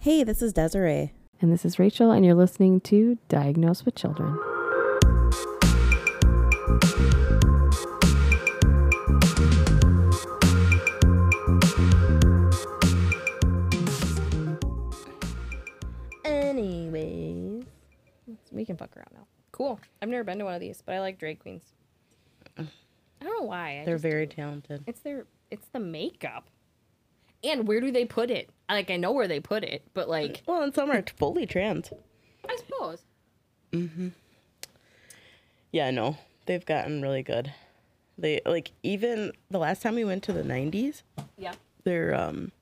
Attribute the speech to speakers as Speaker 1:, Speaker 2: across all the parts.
Speaker 1: Hey, this is Desiree.
Speaker 2: And this is Rachel, and you're listening to Diagnosed with Children.
Speaker 3: Anyways, we can fuck around now. Cool. I've never been to one of these, but I like drag queens. I don't know why. I
Speaker 1: They're
Speaker 3: just-
Speaker 1: very talented.
Speaker 3: It's their. It's the makeup. And where do they put it? Like I know where they put it, but like
Speaker 1: Well, and some are fully trans.
Speaker 3: I suppose.
Speaker 1: Yeah, no, they've gotten really good. They like even the last time we went to the '90s,
Speaker 3: Yeah.
Speaker 1: their um,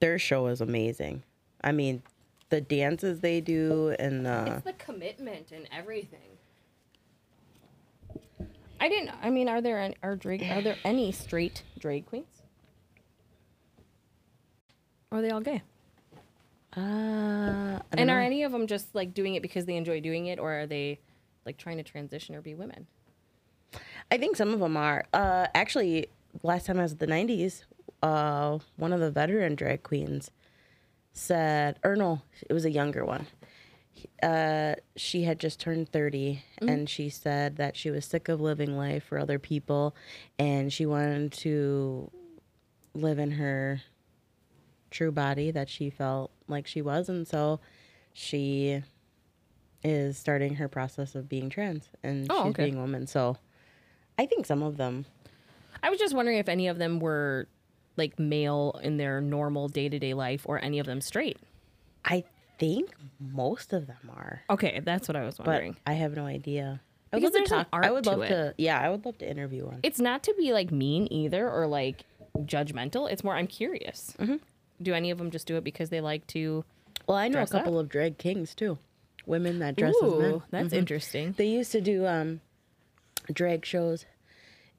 Speaker 1: their show is amazing. I mean, the dances they do and uh,
Speaker 3: It's the commitment and everything. I didn't. I mean, are there any, are drag are there any straight drag queens? Or are they all gay?
Speaker 1: uh,
Speaker 3: And are any of them just like doing it because they enjoy doing it, or are they like trying to transition or be women?
Speaker 1: I think some of them are. Uh, actually, last time I was at the 90s, uh, one of the veteran drag queens said, or no, it was a younger one. Uh, she had just turned 30
Speaker 3: Mm-hmm.
Speaker 1: and she said that she was sick of living life for other people and she wanted to live in her true body that she felt like she was. And so she is starting her process of being trans and
Speaker 3: Oh,
Speaker 1: she's
Speaker 3: okay.
Speaker 1: being a woman. So. I think some of them.
Speaker 3: I was just wondering if any of them were like male in their normal day to day life, or any of them straight.
Speaker 1: I think most of them are,
Speaker 3: Okay, that's what I was
Speaker 1: but
Speaker 3: wondering.
Speaker 1: I have no idea. I
Speaker 3: Because
Speaker 1: would love to
Speaker 3: there's an
Speaker 1: talk. I
Speaker 3: art
Speaker 1: would
Speaker 3: to
Speaker 1: love
Speaker 3: it.
Speaker 1: to. Yeah, I would love to interview one.
Speaker 3: it's not to be like mean either or like judgmental. It's more I'm curious. Do any of them just do it because they like to?
Speaker 1: Mm-hmm. Well, I know a
Speaker 3: dress
Speaker 1: couple of drag kings too, women that dress as men.
Speaker 3: that's interesting.
Speaker 1: They used to do um, drag shows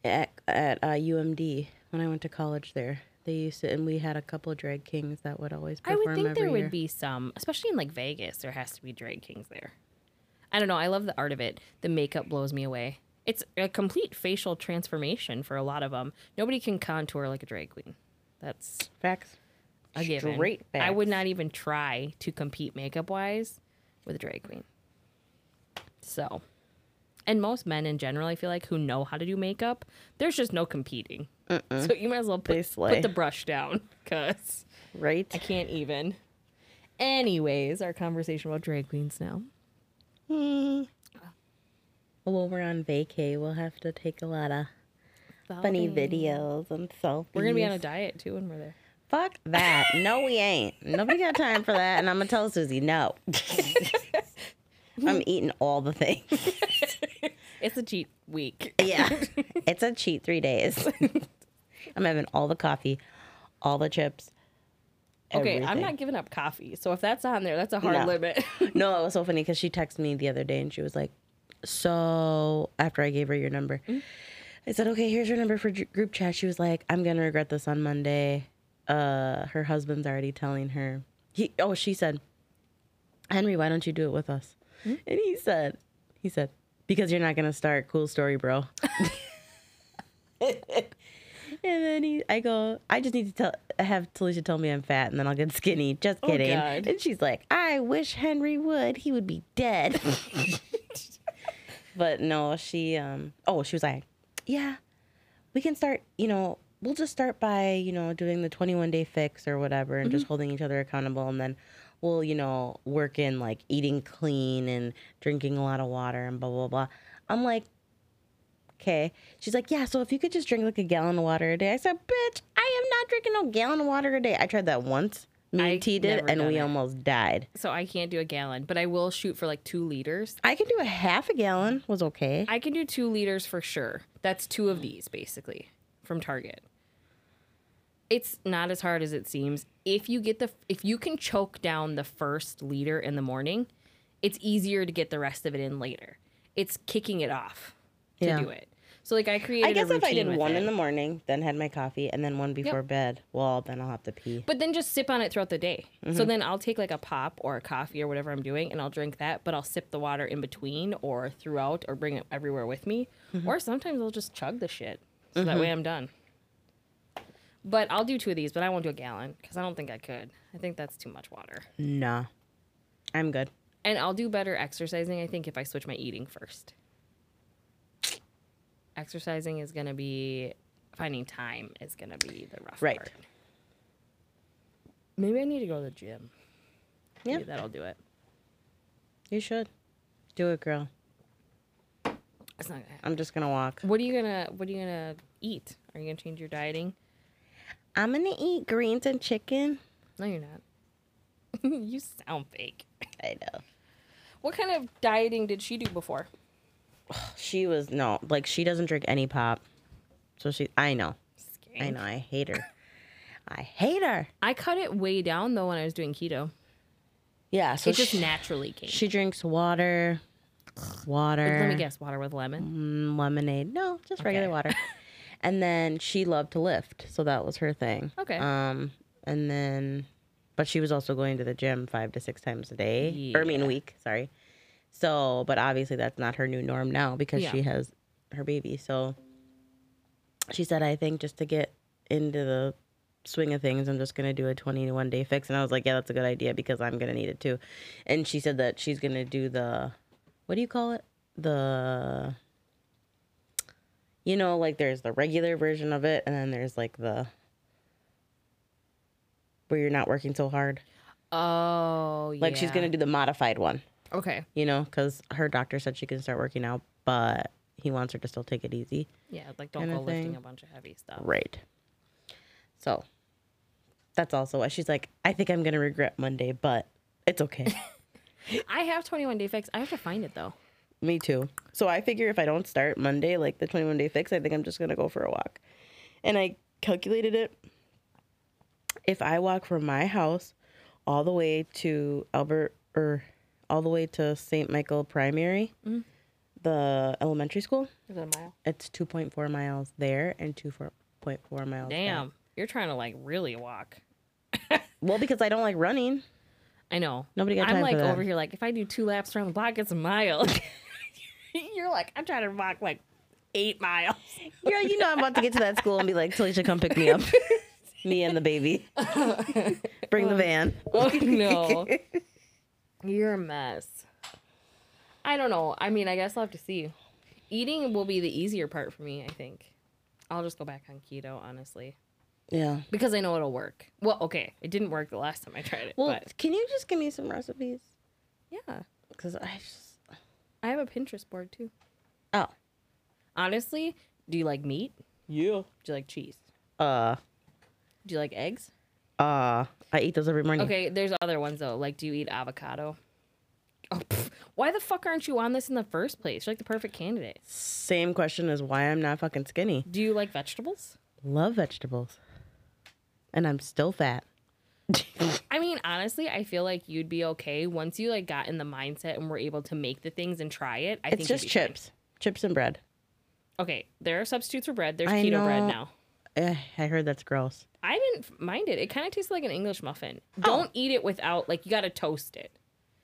Speaker 1: at at uh, UMD when I went to college there. They used to, and we had a couple of drag kings that would always
Speaker 3: I
Speaker 1: perform
Speaker 3: would think
Speaker 1: every
Speaker 3: there
Speaker 1: year.
Speaker 3: would be some, especially in like Vegas. There has to be drag kings there. I don't know. I love the art of it. The makeup blows me away. It's a complete facial transformation for a lot of them. Nobody can contour like a drag queen. That's
Speaker 1: facts.
Speaker 3: a given.
Speaker 1: Straight
Speaker 3: I would
Speaker 1: facts.
Speaker 3: not even try to compete makeup wise with a drag queen. So, and most men in general, I feel like, who know how to do makeup, there's just no competing. So you might as well
Speaker 1: They
Speaker 3: put,
Speaker 1: slay.
Speaker 3: put the brush down because I
Speaker 1: Right?
Speaker 3: can't even. Anyways, our conversation about drag queens now.
Speaker 1: well, while we're on vacay, we'll have to take a lot of funny videos and selfies.
Speaker 3: We're gonna be on a diet too when we're there.
Speaker 1: Fuck that. No, we ain't. Nobody got time for that. And I'm gonna tell Susie no. I'm eating all the things.
Speaker 3: It's a cheat week.
Speaker 1: Yeah, it's a cheat three days. I'm having all the coffee, all the chips.
Speaker 3: Okay, I'm
Speaker 1: everything.
Speaker 3: not giving up coffee. So if that's on there, that's a hard
Speaker 1: No.
Speaker 3: limit.
Speaker 1: No, it was so funny because she texted me the other day and she was like, "So after I gave her your number, I said, okay, here's your number for dr- group chat." She was like, "I'm gonna regret this on Monday." Uh, her husband's already telling her. He oh she said, "Henry, why don't you do it with us?" And he said, "He said because you're not gonna start. Cool story, bro." And then he, I go, I just need to tell, have Talisha tell me I'm fat, and then I'll get skinny. Just kidding.
Speaker 3: God.
Speaker 1: and she's like, I wish Henry would. He would be dead. but no, she, um, oh, she was like, yeah, we can start. You know, we'll just start by, you know, doing the 21 day fix or whatever, and
Speaker 3: Mm-hmm.
Speaker 1: just holding each other accountable, and then we'll, you know, work in like eating clean and drinking a lot of water and blah blah blah. I'm like, Okay. She's like, yeah, so if you could just drink like a gallon of water a day. I said, bitch, I am not drinking no gallon of water a day. I tried that once. Me
Speaker 3: I
Speaker 1: and T did,
Speaker 3: never
Speaker 1: and
Speaker 3: done
Speaker 1: we
Speaker 3: it.
Speaker 1: almost died.
Speaker 3: so I can't do a gallon, but I will shoot for like two liters.
Speaker 1: I can do a half a gallon, was okay.
Speaker 3: I can do two liters for sure. That's two of these basically from Target. It's not as hard as it seems. If you get the if you can choke down the first liter in the morning, it's easier to get the rest of it in later. It's kicking it off to
Speaker 1: Yeah.
Speaker 3: do it. So like I created.
Speaker 1: I guess
Speaker 3: a
Speaker 1: if I
Speaker 3: routine
Speaker 1: did
Speaker 3: with
Speaker 1: one in
Speaker 3: it.
Speaker 1: the morning, then had my coffee, and then one before bed, well, then I'll have to pee.
Speaker 3: But then just sip on it throughout the day. So then I'll take like a pop or a coffee or whatever I'm doing and I'll drink that, but I'll sip the water in between or throughout or bring it everywhere with me. Or sometimes I'll just chug the shit. So that way I'm done. But I'll do two of these, but I won't do a gallon because I don't think I could. I think that's too much water.
Speaker 1: Nah, I'm good.
Speaker 3: And I'll do better exercising, I think, if I switch my eating first. Exercising is going to be, finding time is going to be the rough
Speaker 1: Right.
Speaker 3: part. Maybe I need to go to the gym.
Speaker 1: Yeah.
Speaker 3: Maybe that'll do it.
Speaker 1: You should do it, girl.
Speaker 3: It's not gonna happen.
Speaker 1: I'm just gonna walk.
Speaker 3: What are you gonna What are you gonna eat? Are you gonna change your dieting?
Speaker 1: I'm gonna eat greens and chicken.
Speaker 3: No, you're not. you sound fake.
Speaker 1: I know.
Speaker 3: What kind of dieting did she do before?
Speaker 1: She was no, like she doesn't drink any pop. So she, I know, I
Speaker 3: Skank.
Speaker 1: know, I hate her. I hate her.
Speaker 3: I cut it way down though when I was doing keto.
Speaker 1: Yeah, so
Speaker 3: It just
Speaker 1: she,
Speaker 3: naturally came.
Speaker 1: she drinks water, water.
Speaker 3: Let me guess, water with lemon.
Speaker 1: mm, lemonade. No, just regular
Speaker 3: Okay.
Speaker 1: water. and then she loved to lift, so that was her thing.
Speaker 3: Okay.
Speaker 1: Um, and then, but she was also going to the gym five to six times a day, or I mean a week. Sorry. So, but obviously that's not her new norm now because
Speaker 3: Yeah.
Speaker 1: she has her baby. So she said, I think just to get into the swing of things, I'm just gonna do a 21 day fix. And I was like, yeah, that's a good idea because I'm gonna need it too. And she said that she's gonna do the, what do you call it? The you know, like there's the regular version of it, and then there's like the where you're not working so hard.
Speaker 3: Oh,
Speaker 1: Like she's gonna do the modified one,
Speaker 3: Okay.
Speaker 1: you know, because her doctor said she can start working out, but he wants her to still take it easy.
Speaker 3: Yeah, like don't
Speaker 1: Kinda
Speaker 3: go lifting
Speaker 1: thing.
Speaker 3: a bunch of heavy stuff.
Speaker 1: Right. So that's also why she's like, I think I'm gonna regret Monday, but it's okay.
Speaker 3: I have 21 day fix. I have to find it though.
Speaker 1: Me too. So I figure if I don't start Monday, like the 21 day fix, I think I'm just going to go for a walk. And I calculated it. If I walk from my house all the way to Albert or all the way to St. Michael Primary, the elementary school,
Speaker 3: Is it a mile?
Speaker 1: it's 2.4 miles there and 2.4 miles. back.
Speaker 3: Damn, you're trying to like really walk.
Speaker 1: Well, because I don't like running.
Speaker 3: I know.
Speaker 1: Nobody got
Speaker 3: I'm
Speaker 1: time for
Speaker 3: like
Speaker 1: that.
Speaker 3: over here, like if I do two laps around the block, it's a mile. you're like, I'm trying to walk like eight miles.
Speaker 1: Girl, you know I'm about to get to that school and be like, Talisha, come pick me up. me and the baby. Bring the van.
Speaker 3: Oh no. You're a mess. I don't know. I mean, I guess I'll have to see. Eating will be the easier part for me, I think. I'll just go back on keto, honestly,
Speaker 1: Yeah.
Speaker 3: because I know it'll work. Well, okay, it didn't work the last time I tried it.
Speaker 1: Well,
Speaker 3: but
Speaker 1: can you just give me some recipes?
Speaker 3: yeah,
Speaker 1: Because I just
Speaker 3: I have a Pinterest board too.
Speaker 1: oh
Speaker 3: Honestly, do you like meat?
Speaker 1: yeah
Speaker 3: Do you like cheese?
Speaker 1: uh
Speaker 3: Do you like eggs?
Speaker 1: uh I eat those every morning.
Speaker 3: Okay, there's other ones though. Like, do you eat avocado? Oh, pff, why the fuck aren't you on this in the first place? You're like the perfect candidate.
Speaker 1: Same question as why I'm not fucking skinny.
Speaker 3: Do you like vegetables?
Speaker 1: Love vegetables, and I'm still fat.
Speaker 3: I mean, honestly, I feel like you'd be okay once you like got in the mindset and were able to make the things and try it. I think
Speaker 1: It's
Speaker 3: you'd
Speaker 1: just
Speaker 3: be fine.
Speaker 1: chips, chips and bread.
Speaker 3: Okay, there are substitutes for bread. There's
Speaker 1: I
Speaker 3: keto bread
Speaker 1: know.
Speaker 3: now.
Speaker 1: Eh, I heard that's gross.
Speaker 3: I didn't f- mind it. It kind of tastes like an English muffin.
Speaker 1: Oh.
Speaker 3: Don't eat it without like you got to toast it.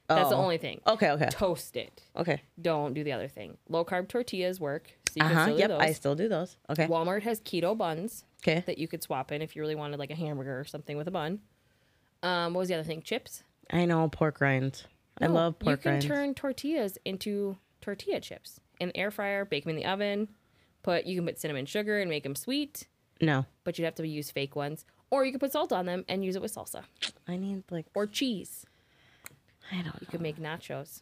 Speaker 3: That's the
Speaker 1: Oh.
Speaker 3: only thing.
Speaker 1: Okay, okay,
Speaker 3: Toast it.
Speaker 1: okay.
Speaker 3: Don't do the other thing. Low carb tortillas work. So you
Speaker 1: Uh
Speaker 3: can
Speaker 1: huh.
Speaker 3: still do
Speaker 1: Yep,
Speaker 3: those.
Speaker 1: I still do those. Okay.
Speaker 3: Walmart has keto buns
Speaker 1: Okay.
Speaker 3: that you could swap in if you really wanted like a hamburger or something with a bun. Um, what was the other thing? Chips.
Speaker 1: I know pork rinds. I
Speaker 3: No,
Speaker 1: love pork
Speaker 3: You can
Speaker 1: rinds.
Speaker 3: turn tortillas into tortilla chips in the air fryer, bake them in the oven. Put you can put cinnamon sugar and make them sweet,
Speaker 1: no,
Speaker 3: but you'd have to use fake ones, or you could put salt on them and use it with salsa
Speaker 1: I need like
Speaker 3: or cheese.
Speaker 1: I don't.
Speaker 3: You could make nachos.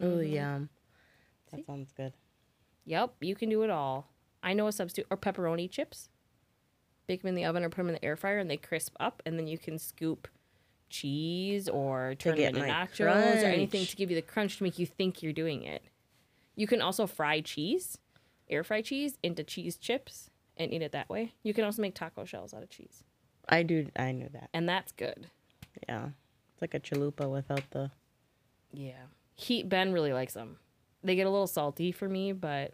Speaker 1: Oh yum. That sounds good.
Speaker 3: Yep, you can do it all. I know a substitute or pepperoni chips. Bake them in the oven or put them in the air fryer, and they crisp up, and then you can scoop cheese or turn
Speaker 1: get
Speaker 3: them into
Speaker 1: my
Speaker 3: nachos or anything
Speaker 1: crunch.
Speaker 3: to give you the crunch to make you think you're doing it. You can also fry cheese, air fry cheese into cheese chips and eat it that way. You can also make taco shells out of cheese,
Speaker 1: I do. I knew that.
Speaker 3: and that's good.
Speaker 1: Yeah. It's like a chalupa without the.
Speaker 3: Yeah, he Ben really likes them. They get a little salty for me, but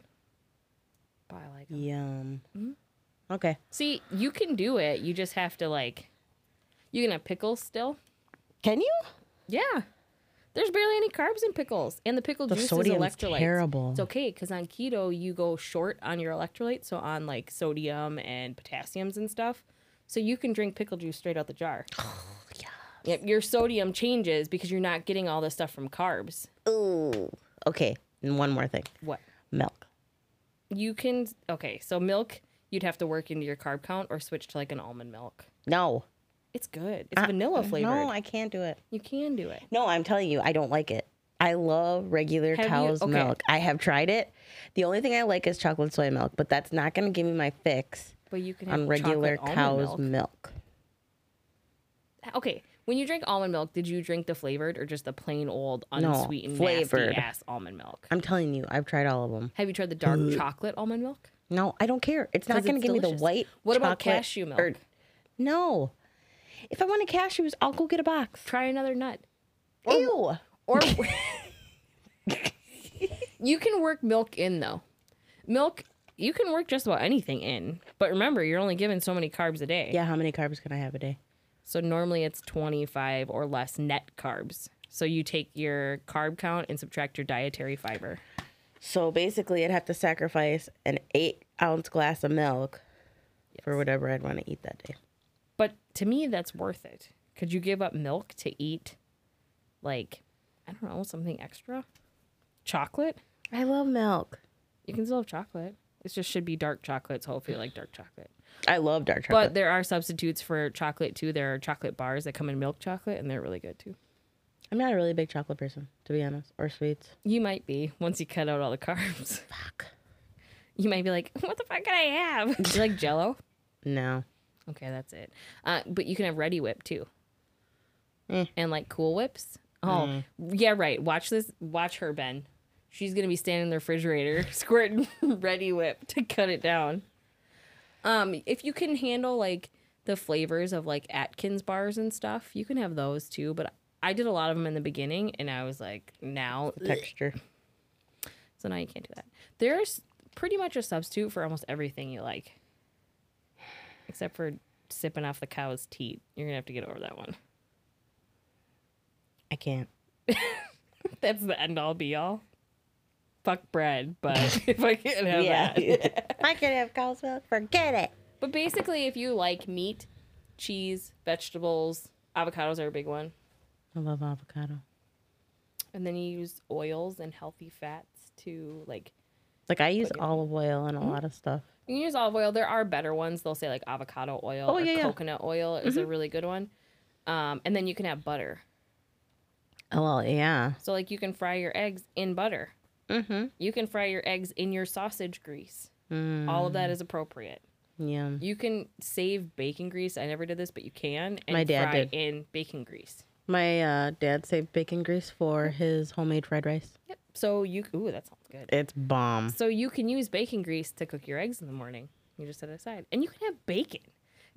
Speaker 3: but I like 'em.
Speaker 1: Yum.
Speaker 3: Mm-hmm.
Speaker 1: Okay.
Speaker 3: See, you can do it. You just have to like. You can have pickles still.
Speaker 1: Can you?
Speaker 3: Yeah. There's barely any carbs in pickles, and the pickle
Speaker 1: The
Speaker 3: juice is
Speaker 1: sodium's
Speaker 3: electrolytes.
Speaker 1: terrible.
Speaker 3: It's okay because on keto you go short on your electrolytes, so on like sodium and potassiums and stuff. So you can drink pickle juice straight out the jar.
Speaker 1: Oh,
Speaker 3: Yep, your sodium changes because you're not getting all this stuff from carbs.
Speaker 1: Ooh. Okay. And one more thing.
Speaker 3: What?
Speaker 1: Milk.
Speaker 3: You can okay, so milk you'd have to work into your carb count or switch to like an almond milk.
Speaker 1: No. Uh,
Speaker 3: It's good. It's vanilla flavored.
Speaker 1: No, I can't do it.
Speaker 3: you can do it.
Speaker 1: No, I'm telling you, I don't like it. I love regular
Speaker 3: Have you-
Speaker 1: cow's
Speaker 3: okay.
Speaker 1: milk. I have tried it. The only thing I like is chocolate soy milk, but that's not going to give me my fix
Speaker 3: But you can have
Speaker 1: on regular
Speaker 3: chocolate almond
Speaker 1: cow's
Speaker 3: milk.
Speaker 1: milk.
Speaker 3: Okay, when you drink almond milk, did you drink the flavored or just the plain old unsweetened
Speaker 1: flavored.
Speaker 3: nasty ass almond milk?
Speaker 1: I'm telling you, I've tried all of them.
Speaker 3: Have you tried the dark chocolate almond milk?
Speaker 1: No, I don't care. It's not
Speaker 3: 'Cause
Speaker 1: going to
Speaker 3: it's
Speaker 1: give me
Speaker 3: delicious.
Speaker 1: the white.
Speaker 3: What about
Speaker 1: chocolate
Speaker 3: cashew milk?
Speaker 1: or- no. If I wanted cashews, I'll go get a box.
Speaker 3: Try another nut.
Speaker 1: Ew.
Speaker 3: Or you can work milk in though. Milk you can work just about anything in. But remember, you're only given so many carbs a day.
Speaker 1: Yeah, how many carbs can I have a day?
Speaker 3: So normally it's 25 or less net carbs. So you take your carb count and subtract your dietary fiber.
Speaker 1: So basically, I'd have to sacrifice an eight ounce glass of milk for whatever I'd want to eat that day.
Speaker 3: But to me, that's worth it. Could you give up milk to eat, like, I don't know, something extra? Chocolate?
Speaker 1: I love milk.
Speaker 3: You can still have chocolate. It just should be dark chocolate. So hopefully, you like dark chocolate.
Speaker 1: I love dark chocolate.
Speaker 3: But there are substitutes for chocolate too. There are chocolate bars that come in milk chocolate, and they're really good too.
Speaker 1: I'm not a really big chocolate person, to be honest, or sweets.
Speaker 3: You might be once you cut out all the carbs. Fuck. You might be like, what the fuck can I have? You like Jello?
Speaker 1: No.
Speaker 3: Okay, that's it. Uh, but you can have Ready Whip too, and like Cool Whips. Oh, yeah, right. Watch this. Watch her, Ben. She's gonna be standing in the refrigerator squirting Ready Whip to cut it down. Um, if you can handle like the flavors of like Atkins bars and stuff, you can have those too. But I did a lot of them in the beginning, and I was like, now
Speaker 1: Texture.
Speaker 3: so now you can't do that. There's pretty much a substitute for almost everything you like, except for sipping off the cow's teat. You're gonna have to get over that one.
Speaker 1: I can't.
Speaker 3: That's the end all be all. Fuck bread, but if I can't have that.
Speaker 1: I can have cow's milk. Forget it.
Speaker 3: But basically, if you like meat, cheese, vegetables, avocados are a big one,
Speaker 1: I love avocado.
Speaker 3: and then you use oils and healthy fats to like.
Speaker 1: Like Mm. I use olive oil and a lot of stuff.
Speaker 3: You can use olive oil. There are better ones. They'll say like avocado oil
Speaker 1: Oh,
Speaker 3: or
Speaker 1: yeah, Mm-hmm. yeah.
Speaker 3: coconut oil is a really good one. Um, and then you can have butter.
Speaker 1: Oh well, yeah.
Speaker 3: So like you can fry your eggs in butter.
Speaker 1: Mm-hmm.
Speaker 3: You can fry your eggs in your sausage grease. All of that is appropriate.
Speaker 1: Yum.
Speaker 3: You can save bacon grease. I never did this, but you can. And
Speaker 1: My dad
Speaker 3: fry
Speaker 1: did.
Speaker 3: in bacon grease.
Speaker 1: My uh, dad saved bacon grease for his homemade fried rice.
Speaker 3: Yep. So you ooh that sounds good.
Speaker 1: It's bomb.
Speaker 3: So you can use bacon grease to cook your eggs in the morning. You just set it aside, and you can have bacon. You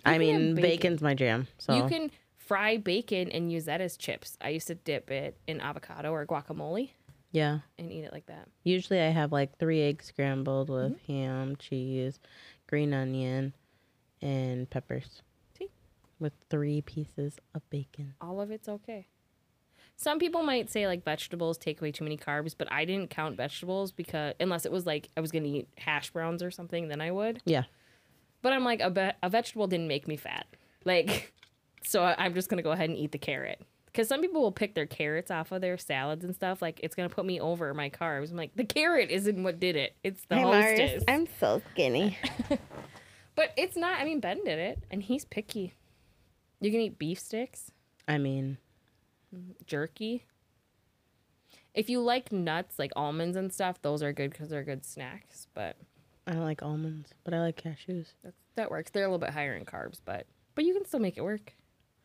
Speaker 1: I
Speaker 3: can have
Speaker 1: mean, bacon's my jam. So
Speaker 3: You can fry bacon and use that as chips. I used to dip it in avocado or guacamole
Speaker 1: yeah.
Speaker 3: and eat it like that.
Speaker 1: Usually I have like three eggs scrambled with ham, cheese, green onion, and peppers.
Speaker 3: See?
Speaker 1: With three pieces of bacon.
Speaker 3: all of it's okay. Some people might say like vegetables take away too many carbs, but I didn't count vegetables because unless it was like I was gonna eat hash browns or something, then I would.
Speaker 1: Yeah.
Speaker 3: But I'm like a, ve- a vegetable didn't make me fat, like so I- I'm just gonna go ahead and eat the carrot because some people will pick their carrots off of their salads and stuff. Like it's gonna put me over my carbs. I'm like the carrot isn't what did it. It's the hostess.
Speaker 1: I'm so skinny.
Speaker 3: But it's not. I mean Ben did it, and he's picky. You can eat beef sticks.
Speaker 1: I mean,
Speaker 3: jerky. If you like nuts, like almonds and stuff, those are good because they're good snacks. But
Speaker 1: I don't like almonds, but I like cashews.
Speaker 3: that's, that works. They're a little bit higher in carbs, but but you can still make it work.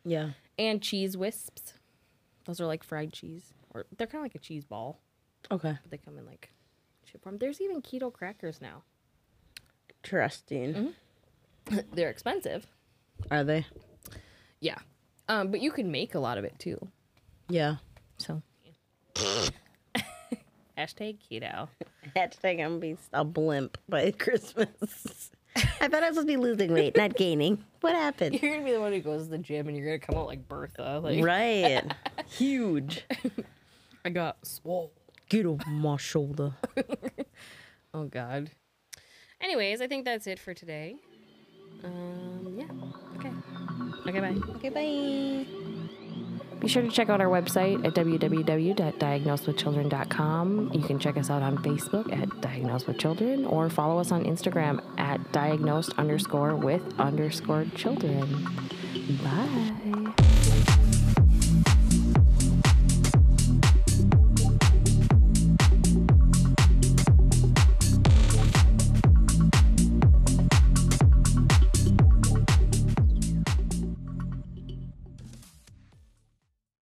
Speaker 1: Yeah.
Speaker 3: And cheese wisps, those are like fried cheese, or they're kind of like a cheese ball,
Speaker 1: Okay.
Speaker 3: but they come in like chip form. There's even keto crackers now.
Speaker 1: Interesting.
Speaker 3: they're expensive.
Speaker 1: Are they?
Speaker 3: Yeah, um, but you can make a lot of it too.
Speaker 1: Yeah.
Speaker 3: So hashtag keto.
Speaker 1: Hashtag I'm gonna be a blimp by Christmas. I thought I was supposed to be losing weight, not gaining. What happened?
Speaker 3: You're gonna be the one who goes to the gym and you're gonna come out like Bertha, like
Speaker 1: Right. Huge.
Speaker 4: I got swole.
Speaker 1: Get off my shoulder.
Speaker 4: Oh God. Anyways, I think that's it for today. Um, yeah. Okay. Okay. Bye.
Speaker 1: Okay, bye.
Speaker 3: Be sure to check out our website at www.diagnosedwithchildren.com. You can check us out on Facebook at Diagnosed with Children or follow us on Instagram at diagnosed underscore with underscore children. Bye.